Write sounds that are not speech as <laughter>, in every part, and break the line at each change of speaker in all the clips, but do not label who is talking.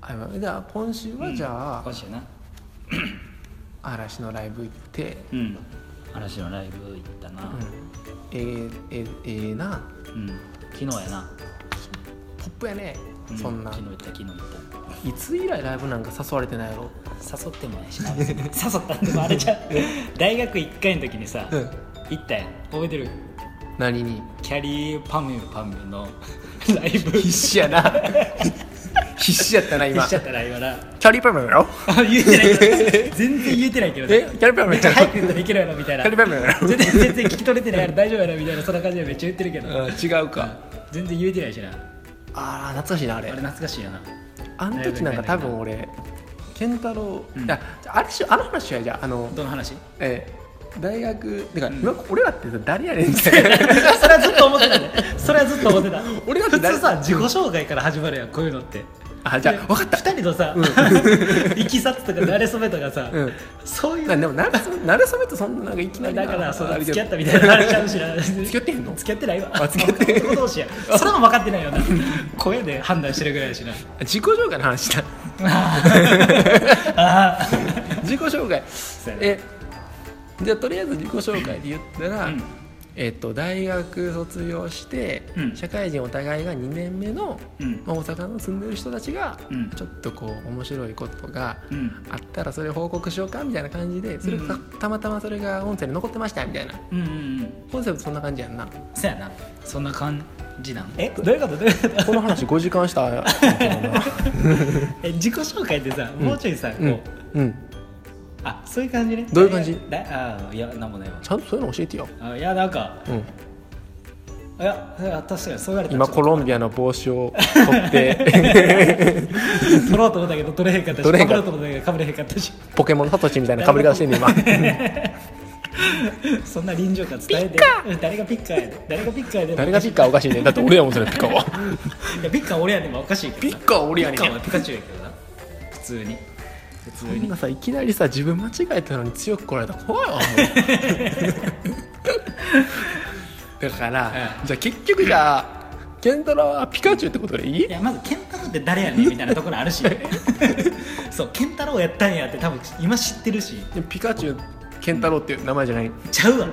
あじゃあ今週はじゃあ、
今週な
嵐のライブ行って、
うん嵐のライブ行ったな
うん、えー、えー、えー、な
うん、昨日やな、
ポップやね、
うん、
そんな
昨日行った昨日行っ
いつ以来ライブなんか誘われてないやろ
た誘ってもないしな <laughs> 別に誘ったんでもあれじゃん大学1回の時にさ、
うん
行ったやん覚えてる
何に
キャリーパミュパミュ
<laughs>
のライブ
必死やな <laughs> 必死やったな
必
今
死
キ
やったら今な <laughs>
ャリーパムやろ
あ言えてないけ
<laughs>
ど全然言えてないけどな
えキャリーパム
め
や
っちゃ
ろ
早く言ったらいけるやろみたいな
キャリーパムや <laughs> ろ
全然全然聞き取れてないやろ大丈夫やろみたいなそんな感じでめっちゃ言ってるけど、
うん違うか
全然言えてないしな
あー懐かしいなあ
あれ
れ
懐かしいよな
あの時なんか多分俺健太郎、
うん
いやじゃああれしあの話はじゃああの、
どの話
えー大学てか、
ん
今俺らってさ誰やねんって <laughs>
それはずっと思ってたねそれはずっと思ってた
俺だって
普
誰
通さ自己紹介から始まるやんこういうのって
あじゃあ分かった
2人のさ、いきさつとか慣れ初めとかさ、
うん
そういう
なでもなれそなれそめとそんななんかいきなり
だからその
あれ
付
で
き合ったみたいな話あるしな付
き合ってへんの
付き合ってないわ
あ付き合って
男同士やそれも分かってないよな声で判断してるぐらいやしな
自己紹介の話
<laughs>
だ
あ
自己紹介
うやな
えじゃあとりあえず自己紹介で言ったら、
うん
えっと大学卒業して、
うん
社会人お互いが2年目の、
うん
まあ、大阪の住んでる人たちが、
うん
ちょっとこう面白いことが
うん
あったらそれ報告しようかみたいな感じでそれが、
うん
たまたまそれが音声に残ってましたみたいな
うんうんうん
コンセプトそんな感じやんな
そやなそんな感じなんえどういうことどういうこと
この話5時間したや
え自己紹介ってさもうちょいさ、
<laughs> うん
こう
うん
あそういう感じね
どういう感じ
だあいやなんもないわ
ちゃんとそういうの教えてよ、
あいやなんか
うん、
いやいや確かにそう言われたら
今
ちょっ
コロンビアの帽子を取って
<laughs> と <laughs> 取ろうと思ったけど取れへんかったし
取れへん
か
かった
ぶろうと思ったけどかぶれへんかったし <laughs>
ポケモンのサトシみたいな被り方してんね今
そんな臨場感伝えてうん誰がピッカーやで誰がピッカーやで
誰がピッカーおかしいねだって俺やもんそれピッカーはい
やピッカー俺やねんまあおかしいけどな
カー俺 <laughs>
ピッカーはピカチュウやけどな普通に普通に
今さいきなりさ自分間違えたのに強く来られたら怖い
<laughs>
わもうだから、
うん
じゃあ結局じゃあケンタロウはピカチュウってことでいい
いやまずケンタロウって誰やねんみたいなところある
<laughs>
しそうケンタロウやったんやって多分今知ってるし
ピカチュウケンタロウっていう名前じゃない
ちゃ
<laughs>
うわ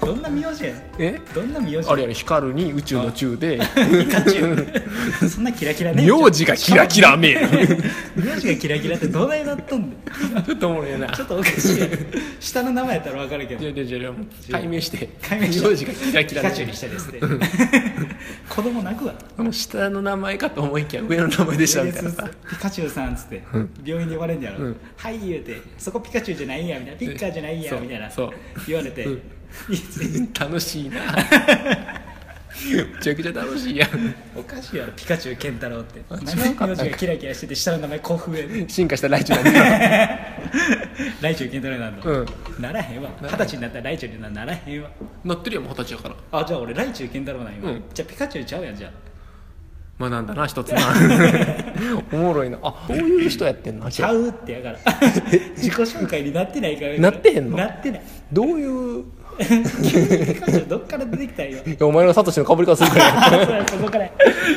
どんな名字やね
え
んどんな名字
あれやね光るに宇宙の宙で
ピカチュウそんなキラキラね
名字がキラキラめえ
名字がキラキラってどないなっとんねん
ちょっとおもろいな
<laughs> ちょっとおかしいやん下の名前やったら分かるけ
じゃ
ど
あじゃあじゃあじゃあ解明して
解明して
名字がキラキ
ピ
ラ
カチュウに
で
したですって子供泣くわ
もう下の名前かと思いきや上の名前でしたみたいなさ
ピカチュウさんっつって病院で言われるんやろ、
うん
はい言うてそこピカチュウじゃないんやみたいなピッカーじゃないんや
そう
みたいな
そう
言われて、
うん楽しいなめちゃくちゃ楽しいやん
おかしいやろピカチュウケンタロウって
あ
名前
違うか
名字がキラキラしてて下の名前古風やで
進化したライチュウだね
ライチュウケンタロウなんだ、
うん
ならへんわ二十歳になったらライチュウにならへんわ
乗ってるよもう二十歳だから
あじゃあ俺ライチュウケンタロウなんよ、
うん
じゃあピカチュウちゃうやんじゃ
学んだな一つなおもろいなあそういう人やってんな
あちゃ
う
うってやから
<laughs>
自己紹介になってないから
なってへんの
なってない <laughs>
どういう
ピカチュウどっから出てきたんよ <laughs>
いやお前のサトシのかぶり方するからや
そうやそこから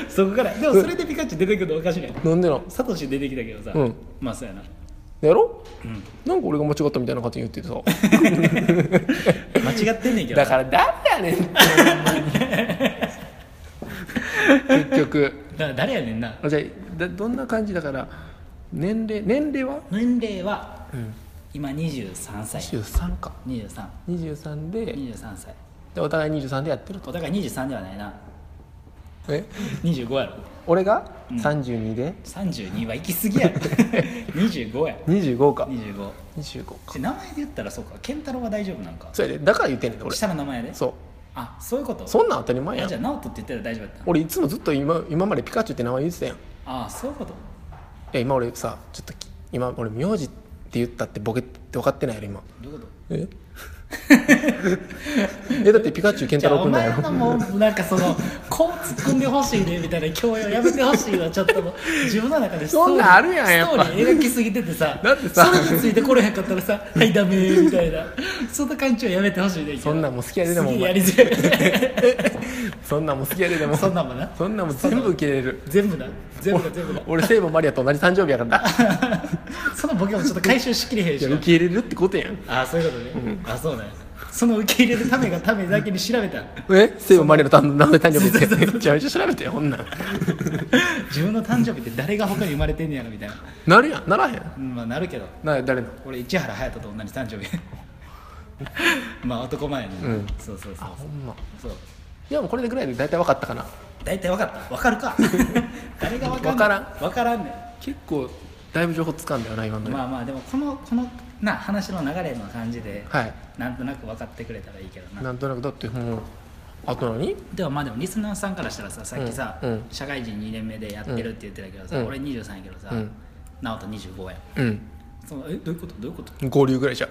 そこからでもそれでピカチュウ出てくるのおかしいね
なんでなん
サトシ出てきたけどさ、
うん
まあそうやな
やろ、なんか俺が間違ったみたいなこと言っててさ
間違ってんねんけど
だから誰やねんってほんまに結局
だから誰やねんな
あじゃあだどんな感じだから年齢年齢は、
年齢は
うん、
今23歳
23か
2323
23で
歳
でお互い23でやってると
お互い23ではないな
え
25やろ
俺が32で、
32は行き過ぎや <laughs> ろ25や
25か
25
25か
で名前で言ったらそうか健太郎は大丈夫なんか
そうやでだから言ってんねんで俺
下の名前で
そう
あそういうこと
そんなん当たり前や
あじゃあ
ん
直人って言ったら大丈夫やった
俺いつもずっと今今までピカチュウって名前言ってたやんい
あそういうこと
や今俺さちょっとき今俺名字って言ったってボケって分かってないやろ今
どういうこと
え <laughs> えだってピカチュウケン
じ
タ
ゃ
ロ
あ
ウく
お
んだ
前
よ
のもうなんかそのこう突っ込んでほしいねみたいな教養やめてほしいわちょっともう自分の中でストー
そん
リ
なん
ー
あるやんやっ
スト
ぱ
ーリー描きすぎててさ
だってさ
それについてこれへんかったらさ「はいダメ」みたいなそんな感じはやめてほしいねんけど
そんなんも好きやですでもお
げえや
前
りづらい <laughs>
そんなんも好きやででも
そんなんもな
そんなんも全部受け入れる
全部な全部な全部な
<laughs> 俺聖母マリアと同じ誕生日やからな
<laughs> そのボケもちょっと回収しきれへん
い
し
や
な
受け入れるってことやん
ああそういうことね、あそうねその受け入れるためがためだけに調べた <laughs>
え聖母マリアの誕生日誕生日ってめちゃめちゃ調べてよほんなん
自分の誕生日って誰が他に生まれてんねやろみたいな、
なるやんならへん
うんまあなるけど
な誰の
俺市原隼人と同じ誕生日 <laughs> まあ男前やね、
うん
そうそう
あ
そう
ほんま
そう
いやもうこれでぐらいで大体分かったかな
大体分かった分かるか
<laughs>
誰が分か
分からん
分からんねん
結構だいぶ情報つかんだよな今ので、
まあまあでもこのこのな話の流れの感じで、
はい
なんとなく分かってくれたらいいけどな
なんとなくだってもうあと何
でもまあでもリスナーさんからしたらささっきさ、
うんうん
社会人2年目でやってるって言ってたけどさ、
うん
俺23やけどさ、
うん
直人25やん
うん
そのえどういうことどう
<laughs>
いうこと
合流ぐらいじゃん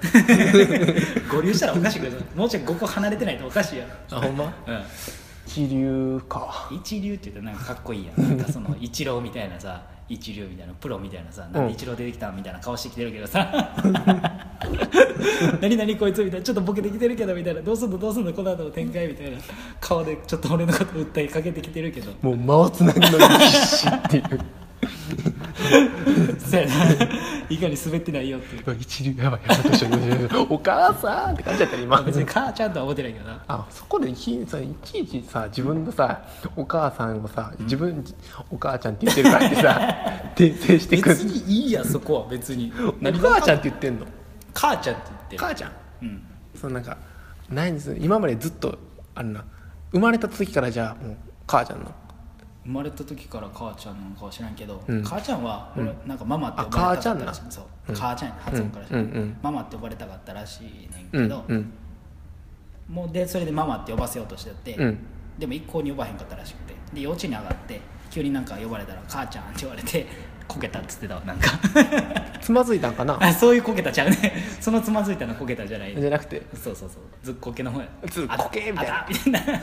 合流したらおかしいけどもうちょい5個離れてないとおかしいやん、
あほんま
う
一流か
ん、一流って言ったらなんかかっこいいやん
<laughs>
なんかその一郎みたいなさ一流みたいなプロみたいなさなんで一郎出てきたんみたいな顔してきてるけ
<laughs>
どさ何々こいつみたいなちょっとボケてきてるけどみたいなどうすんのどうすんのこの後の展開みたいな顔でちょっと俺のこと訴えかけてきてるけど
もう回つなぎの必死っていう
<laughs> そうやないかに滑ってないよっていう
<laughs> 一流やばいやばいどうしようどうしようどうしようお母さんって感じやったね今
別に母ちゃんとは思ってないけどな
あそこでいちさいちいちさ自分のさお母さんをさ自分、お母ちゃんって言ってるからって
<laughs>
さ訂正してくる
別にいいやそこは別に
お母ちゃんって言ってんの
母ちゃんって言って
母ちゃん
るうん
そのなんか何する今までずっとあるな生まれた時からじゃあもう母ちゃんの
生まれた時から母ちゃんなのかは知らんけど、
うん
母ちゃんは俺なんかママって呼ばれたかったらしい、そう母ちゃんや発音からして、
うんうんうん
ママって呼ばれたかったらしいねん
う
け
ん
ど、
うん
もうでそれでママって呼ばせようとしてって、
うん
でも一向に呼ばへんかったらしくてで幼稚園に上がって急になんか呼ばれたら「母ちゃん」って言われてこけたっつってたわなんか
つまずいたんかな
あそういうこけたちゃうね <laughs> そのつまずいたのこけたじゃない
じゃなくて
そうそうそうずっこけの方や
ずっこけみたいな
あたみたいな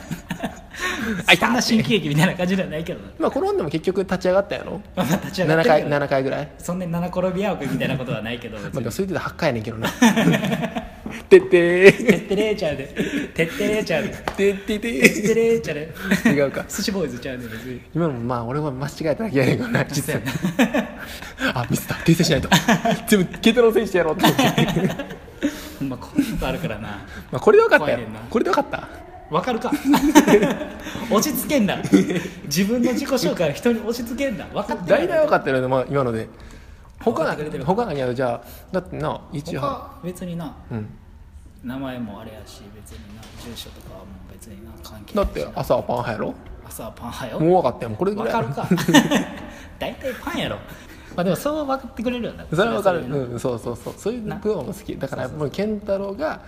<laughs> あいた
そんな新喜劇みたいな感じじゃないけどな
まあ転んでも結局立ち上がったやろ
まあ <laughs> まあ立ち上がっ
7
てるけ
回
ど
7回ぐらい
そんなに七転びやおくみたいなことはないけど別
まあで
に
もそれで8回やねんけど
<laughs>
なてってー
て <laughs> ってれーちゃうでてってれーちゃうで
て
て
って
っ
ー
てれーちゃうで
違うか
寿司ボーイズちゃうで別に
今のもまあ俺は間違えただけやねんけどな実際あミスった訂正し
<laughs>
ないと全部ケトロ選手やろうと思って
ほんまこういうことあるからな
まあこれで分かったよ
怖いねんな
これで分かった
わかる <laughs> か落ち着けんな自分の自己紹介を人に押し付けんな分かって
大
る
体分かったよね、まあ、今ので他
分かってくれて
が
る
他がにあるじゃあだってな一応
他別にな
うん
名前もあれやし別にな住所とかはもう別にな関係
だ
ない
って
しな
朝はパン派やろ
朝はパン派よ
もう分かったよもうこれぐ
わ
らい
かるか <laughs> 大体パンやろまあでもそう分かってくれるよな
<laughs> それは分かる
それは
うんそうそうそうそういう
な
部分も好きだからもう健太郎が、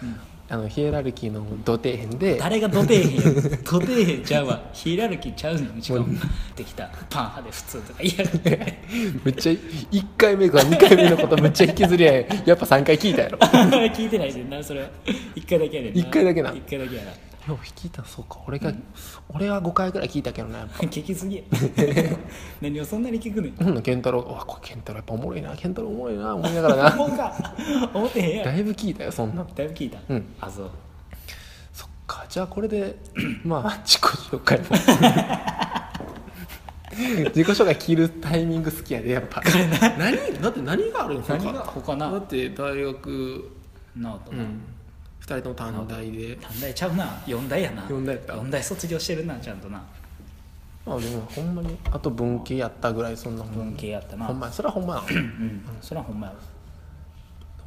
あのヒエラルキーの土底辺で
誰が土
<laughs>
底辺や土底辺ちゃうわヒエラルキーちゃうのしかもできたパン派で普通とか言いや
<laughs>
がって
めっちゃ1回目か2回目のことめっちゃ引きずり合いやっぱ3回聞いたやろ
聞いてないでんなそれは1回だけやねんな
一回だけな
1回だけやな
よう聞いたそうか俺が、俺は5回ぐらい聞いたけどなやっぱ
聞きすぎや <laughs> 何をそんなに聞くねん
ほんの健太郎うわこれ健太郎やっぱおもろいな健太郎おもろいな思いながらな <laughs>
思うか思ってへんや
だ
ん
いぶ聞いたよそんなん
だいぶ聞いた、
うん
あそう
そっかじゃあこれで <clears throat> まあ自己紹介も <laughs> 自己紹介切るタイミング好きやでやっぱ何だって何があるの
何が他な
だって大学
なおと
う
な、
ん2人とも短大で
短大ちゃうな4大やな
四大やった
四大卒業してるなちゃんとな
まあでもほんまにあと文系やったぐらいそんなも
文
ん
系やったな
ほんまやそれはほんまや
うん、それはほんまやわ、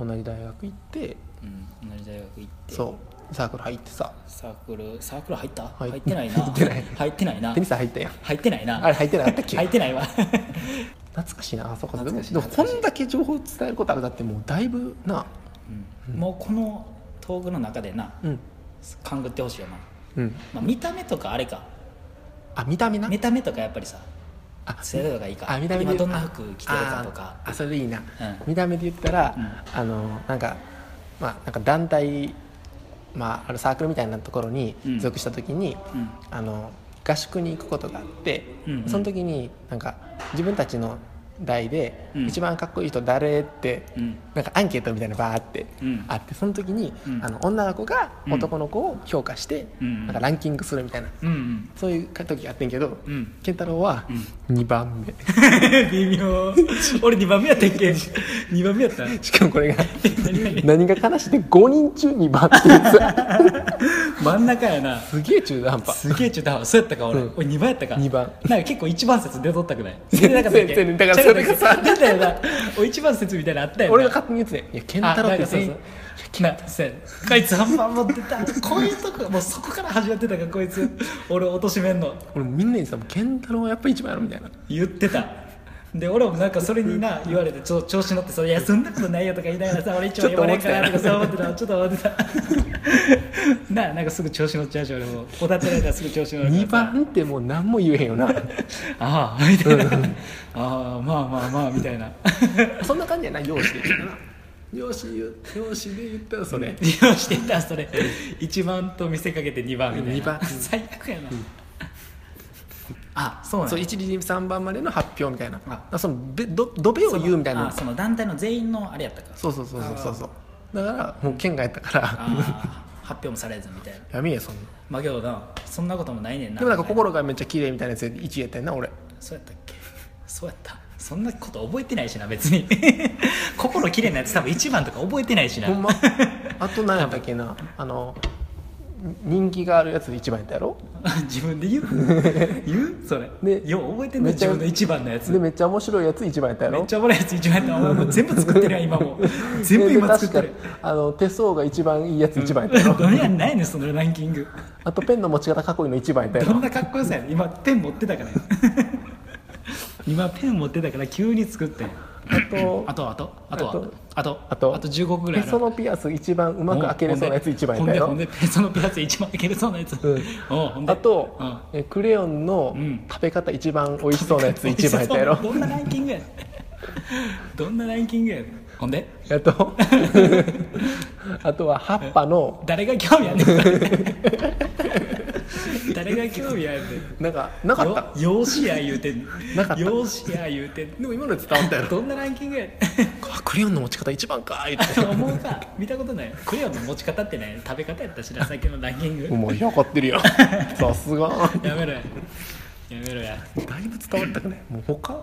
同じ大学行って
うん、同じ大学行って
そうサークル入ってさ
サークルサークル入った、
はい
入ってないな
入ってない
入ってないな
テニス入ったやん
入ってないな
あれ入ってなかったっけ
入ってな
<laughs>
いわ
懐かしいなあそこで
懐
も
かしい
でもこ
懐かしい
んだけ情報伝えることあるだってもうだいぶな
もうこの道具の中でな
うん
勘ぐってほしいよな、
うん
まあ、見た目とかあれか
あ見た目な
見た目とかやっぱりさ
あ
背とかがいいか
あ見た目で
今どんな服着てるかとか
ああそれでいいな、
うん
見た目で言ったら、
う
あのなんかまあなんか団体まあ、あるサークルみたいなところに
うん
属した時に、
うん
あの合宿に行くことがあって、
うんうん
その時になんか自分たちの代で
うん
一番かっこいい人誰って、
うん
なんかアンケートみたいなのバーって
うん
あってその時に、
うん
あの女の子が
うん
男の子を評価して、
うん
なんかランキングするみたいな
うんうん <laughs>
そういう時があってんけど、
うん
健太郎は2番目、
微妙俺2番目やった
<laughs>
っけ2番目やった
しかもこれが
何々
何が悲しいって5人中2番っていうさ
<laughs> 真ん中やな
すげえ中途半端
すげえ中途半端そうやったか俺、
うん
俺2番やったか
二番
なんか結構1番説出とったく <laughs> ない
全然
出なかったっけ
全然だからそれがさ
出たよな俺1番説みたいなのあったよな
俺が勝手に言ってたよいや健太郎って全員
なせこいつ半番持ってたこういうとこもうそこから始まってたからこいつ俺を貶としめんの
俺みんなにさ「もう健太郎はやっぱ一番やろ」みたいな
言ってたで俺もなんかそれにな言われてちょ調子乗ってさ「いやそんなことないよ」とか言いなが <laughs> らさ俺一応言われんからとかそう思ってたちょっと思ってた <laughs> なあなんかすぐ調子乗っちゃうし俺もおだてられたらすぐ調子乗るから
2
さ
番ってもう何も言えへんよな
ああみたいなああまあまあまあみたいな
そんな感じやな容姿で言うたらな容姿言う容姿で言ったらそれ
利用してたそれ1番と見せかけて2番みたいな
二番
最悪やな、あそうなんや
そう1次3番までの発表みたいな
あ
そのべどどべを言うみたい
あ
な
その団体の全員のあれやったから
そうそうそうそうそうそうだからもう県外やったから
ああ発表もされずみたいな
やめえよそんな
まあけどなそんなこともないねんな
でもなんか心がめっちゃ綺麗みたいなやつで1位やったよな俺
そうやったっけそうやったそんなこと覚えてないしな別に <laughs> 心きれいなやつ多分1番とか覚えてないしな
ほんま <laughs> あと何やったっけなあの人気があるやつで1番やったやろ
<laughs> 自分で言う言うそれ
で
よう覚えてんの
めっち
自
ゃ
分の1番のやつ
でめっちゃ面白いやつ1番やったや
めっ
ろ
ちゃおもろいやつ一番やったお前もう全部作ってるやん今もう全部今作って
で
る
確かあの手相が一番いいやつ一番やったやろ、
どんやんないねんそのランキング
<laughs> あとペンの持ち方かっこいいの一番やったや
どん
ろ
なかっこよさやねん今ペン持ってたからや <laughs> 今ペン持ってたから急に作ってん
あと
<laughs> あとあとあとはあと
あと
あと15個ぐら
へ
いある
そのピアス一番うまく開けれそうなやつ一番やったや
ほ
ろ
んでほんでほんでそのピアス一番開けれそうなやつ、
うん
おうほんで
あと、
うん
えクレヨンの
うん
食べ方一番美味しそうなやつ一番やったや
<laughs>
ろ、 <laughs>
どんなランキングやねんどんなランキングやねんほんで
あと <laughs> あとは葉っぱの
誰が興
<laughs>
味あんねんこれ誰が興味あんねん
なんかなかった
よ養子や言うてん
なかった
養子や言うてん
でも今の伝わったやろ
どんなランキングやねん
あクレヨンの持ち方一番かーいって
思うか見たことないクレヨンの持ち方ってね食べ方やったしなさっきのランキング
もうよかってる <laughs> よさすが
やめろややめろや、
だいぶ伝わったくないもう他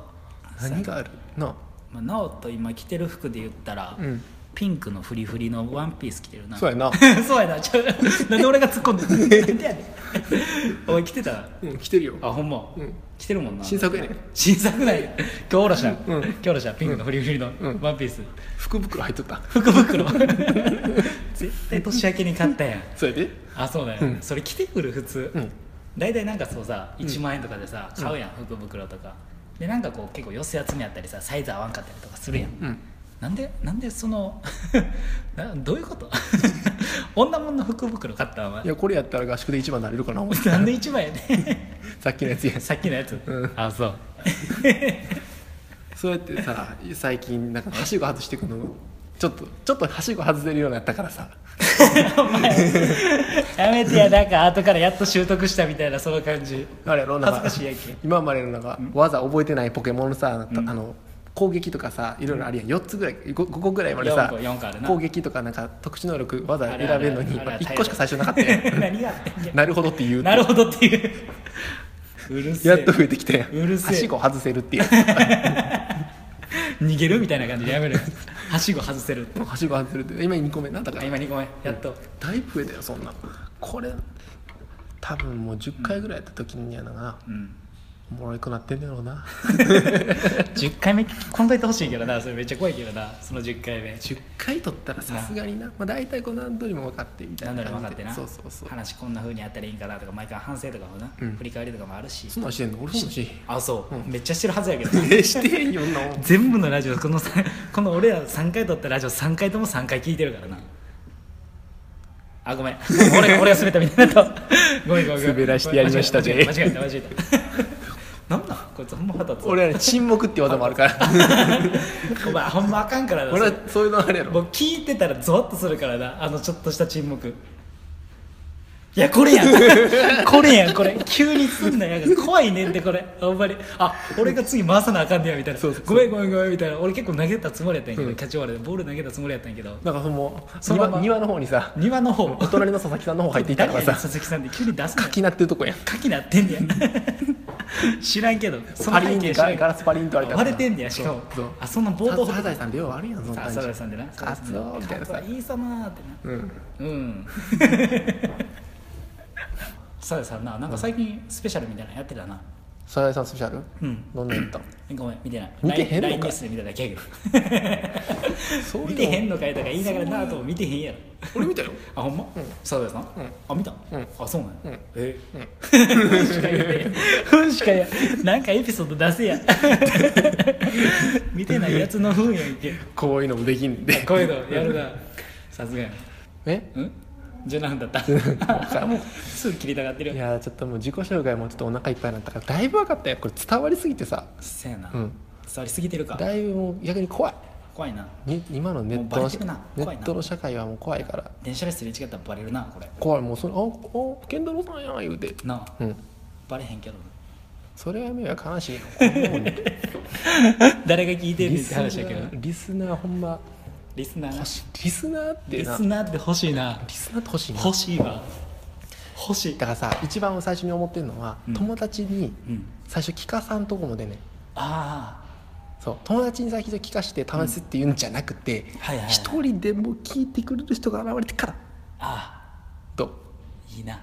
何があるなあ
まあ、なおと今着てる服で言ったら、
うん
ピンクのフリフリのワンピース着てるな
そうやな
<laughs> そうやなちょなんで俺が突っ込
<laughs>
んでんなんでやねんおい着てた
うん来てるよ
あほんま、
うん
着てるもんな
新作やねん
新作ない今日おろしな、
うん
今日おろしなピンクのフリフリの
うん
ワンピース、
福袋入っと <laughs> った
福袋 <laughs> 絶対年明けに買ったやん
それで
あそうだよ、
うん
それ着てくる普通、
うん
大体なんかそうさ1万円とかでさ買うやん、福袋とかでなんかこう結構寄せ集めやったりさサイズ合わんかったりとかするやん、
うん
なんでなんでその <laughs> などういうこと女物の福袋買ったんお前
いやこれやったら合宿で一番なれるかな思 <laughs> って
なんで1万円ね
さっきのやつや
さっきのやつ、
うん <laughs>
あそう
そうやってさ最近なんかはしご外してくのちょっとちょっとはしご外せるようになったからさ
やめてやなんか後からやっと習得したみたいなその感じ
あれやろなん
恥ずかしいやんけ
今までのなんか技覚えてないポケモンのさ、あの攻撃とかさいろいろあるやん4つぐらい 5, 個ぐらいまでさ
四個四個あるな
攻撃とかなんか特殊能力技
あ
選
れあ
べ
れ
るのに
あれあれ
1個しか最初なかったやん
<laughs> 何があってんけ
なるほどって言うって
なるほどっていううるせえ
やっと増えてきたやん
うるせえ
はしご外せるっ
<laughs>
ていう
逃げるみたいな感じでやめるはしご外せる
はしご外せるって今2個目なんだか
あ
ら
今にごめんやっと、
だいぶ増えたよそんなこれ多分もう10回ぐらいやった時にやなが
うん、
おもろいくなってんだろうな
10回目こんといてほしいけどなそれめっちゃ怖いけどなその10回目
10回取ったらさすがにな、まあ、大体こう何通りも分かってみたい
何だ
な
ろう分か
感じ
っ
で
てな
そうそうそう
話こんなふうにやったらいいんかなとか毎回反省とかもな、
うん
振り返りとかもあるし
そんなんしてんの俺そんなんし
あそう、めっちゃしてるはずやけど
えしてんよんなもん
全部のラジオこのさこの俺ら3回撮ったラジオ3回とも3回聞いてるからなあごめん俺が俺が滑ったみたいなと
<laughs>
ごめんごめんごめん
滑らしてやりましたぜ
間違えた間違えた間違えたなんだこいつほんま腹立つ
<laughs>
わ
俺はね沈黙って技もあるから
<laughs> お前ほんまあかんからな
俺は
それ
そういうのあれやろ
僕聞いてたらゾワッとするからなあのちょっとした沈黙いやこれ
<laughs>
やんこれやんこれ急にすんなや怖いねんってこれあんまりあ俺が次回さなあかんねやみたいな
そうそう
ごめんごめんごめんみたいな俺結構投げたつもりやったんやけど、
うん
キャッチボールでボール投げたつもりやったんやけど
なんかその
そのまま
庭庭の方にさ
庭の方
お隣の佐々木さんの方入っていった
誰
か
や
ら
ねん
さ
佐々木さんって急に出す
<laughs>
な
柿なってるとこやん
カキなってんね
<laughs>
や知らんけどそ
パリ
の背
ンって
景知ら
ガ
ん
ガラスパリンって割れた
割れてんねやしかもあそんな冒頭
サザエさんでよう悪いやんそんな
あ
感じ
サザエさんでな
カツオみたいなさ
カツオいいさまーってな
うん
うん。さやさんな、なんか最近スペシャルみたいなのやってたな。
サザエさんスペシャル
うん。
どんなんやった
ごめん、見てない。
見てへんのか
LINE ニュースで見てただけやけ
そう
ど。
いうの
見てへんのかいとか言いながらなとも見てへんやろ。
俺見たよ
あ、ほんまさやさんあ、見た
うん
あ、そうなんや
うん
えうんしか言えうんしかや。なんかエピソード出せや。見てないやつのふんやんけ。
こういうのもできんで
こういうのやるな。さすがや。
<laughs> え
うんじゃ何だったすぐ切りたがってる
いやーちょっともう自己紹介もちょっとお腹いっぱいになったからだいぶ分かったよこれ伝わりすぎてさ
せやな、
うん
伝わりすぎてるか
だいぶもう逆に怖い
怖いな
に今のネット
もうバ
の
レてるな
ネ
怖いな
ットの社会はもう怖いから
電車ですれ違ったらバレるなこれ
怖いもうそのああ健太郎さんやん言うて
なあ、
うん
バレへんけど <laughs>
それは迷惑悲しいよこんなもんね
誰が聞いてるね
リ
んっ
ス
て
ナ
話やけど
ーリスナーほんま
リスナーな
欲しいリスナーって
リ
な
スナーって欲しいな
リスナーって欲しいな
欲しいわ欲しい
だからさ一番最初に思ってるのは、
うん
友達に
うん
最初聞かさんとこもでね
あ
そう友達に最初聞かして試すっていうんじゃなくて
んはいはいはい
一、人でも聞いてくれる人が現れてから
ああ
と
あいいな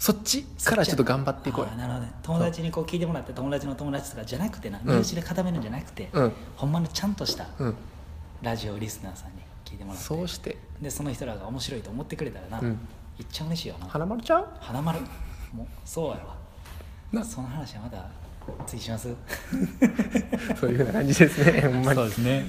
そっちからちょっと頑張っていこうよ
ああなるほどね友達にこう聞いてもらって友達の友達とかじゃなくてな身内で固めるんじゃなくて、
うん
ほんまのちゃんとした
うん
ラジオリスナーさんに聞いてもらって
そうして
でその人らが面白いと思ってくれたらな、
うん
いっちゃ嬉しいよな
花丸ちゃん <laughs>
花丸もうそうやわ
な
その話はまた次します
<laughs> そういうふうな感じですねほんまに <laughs>
うですね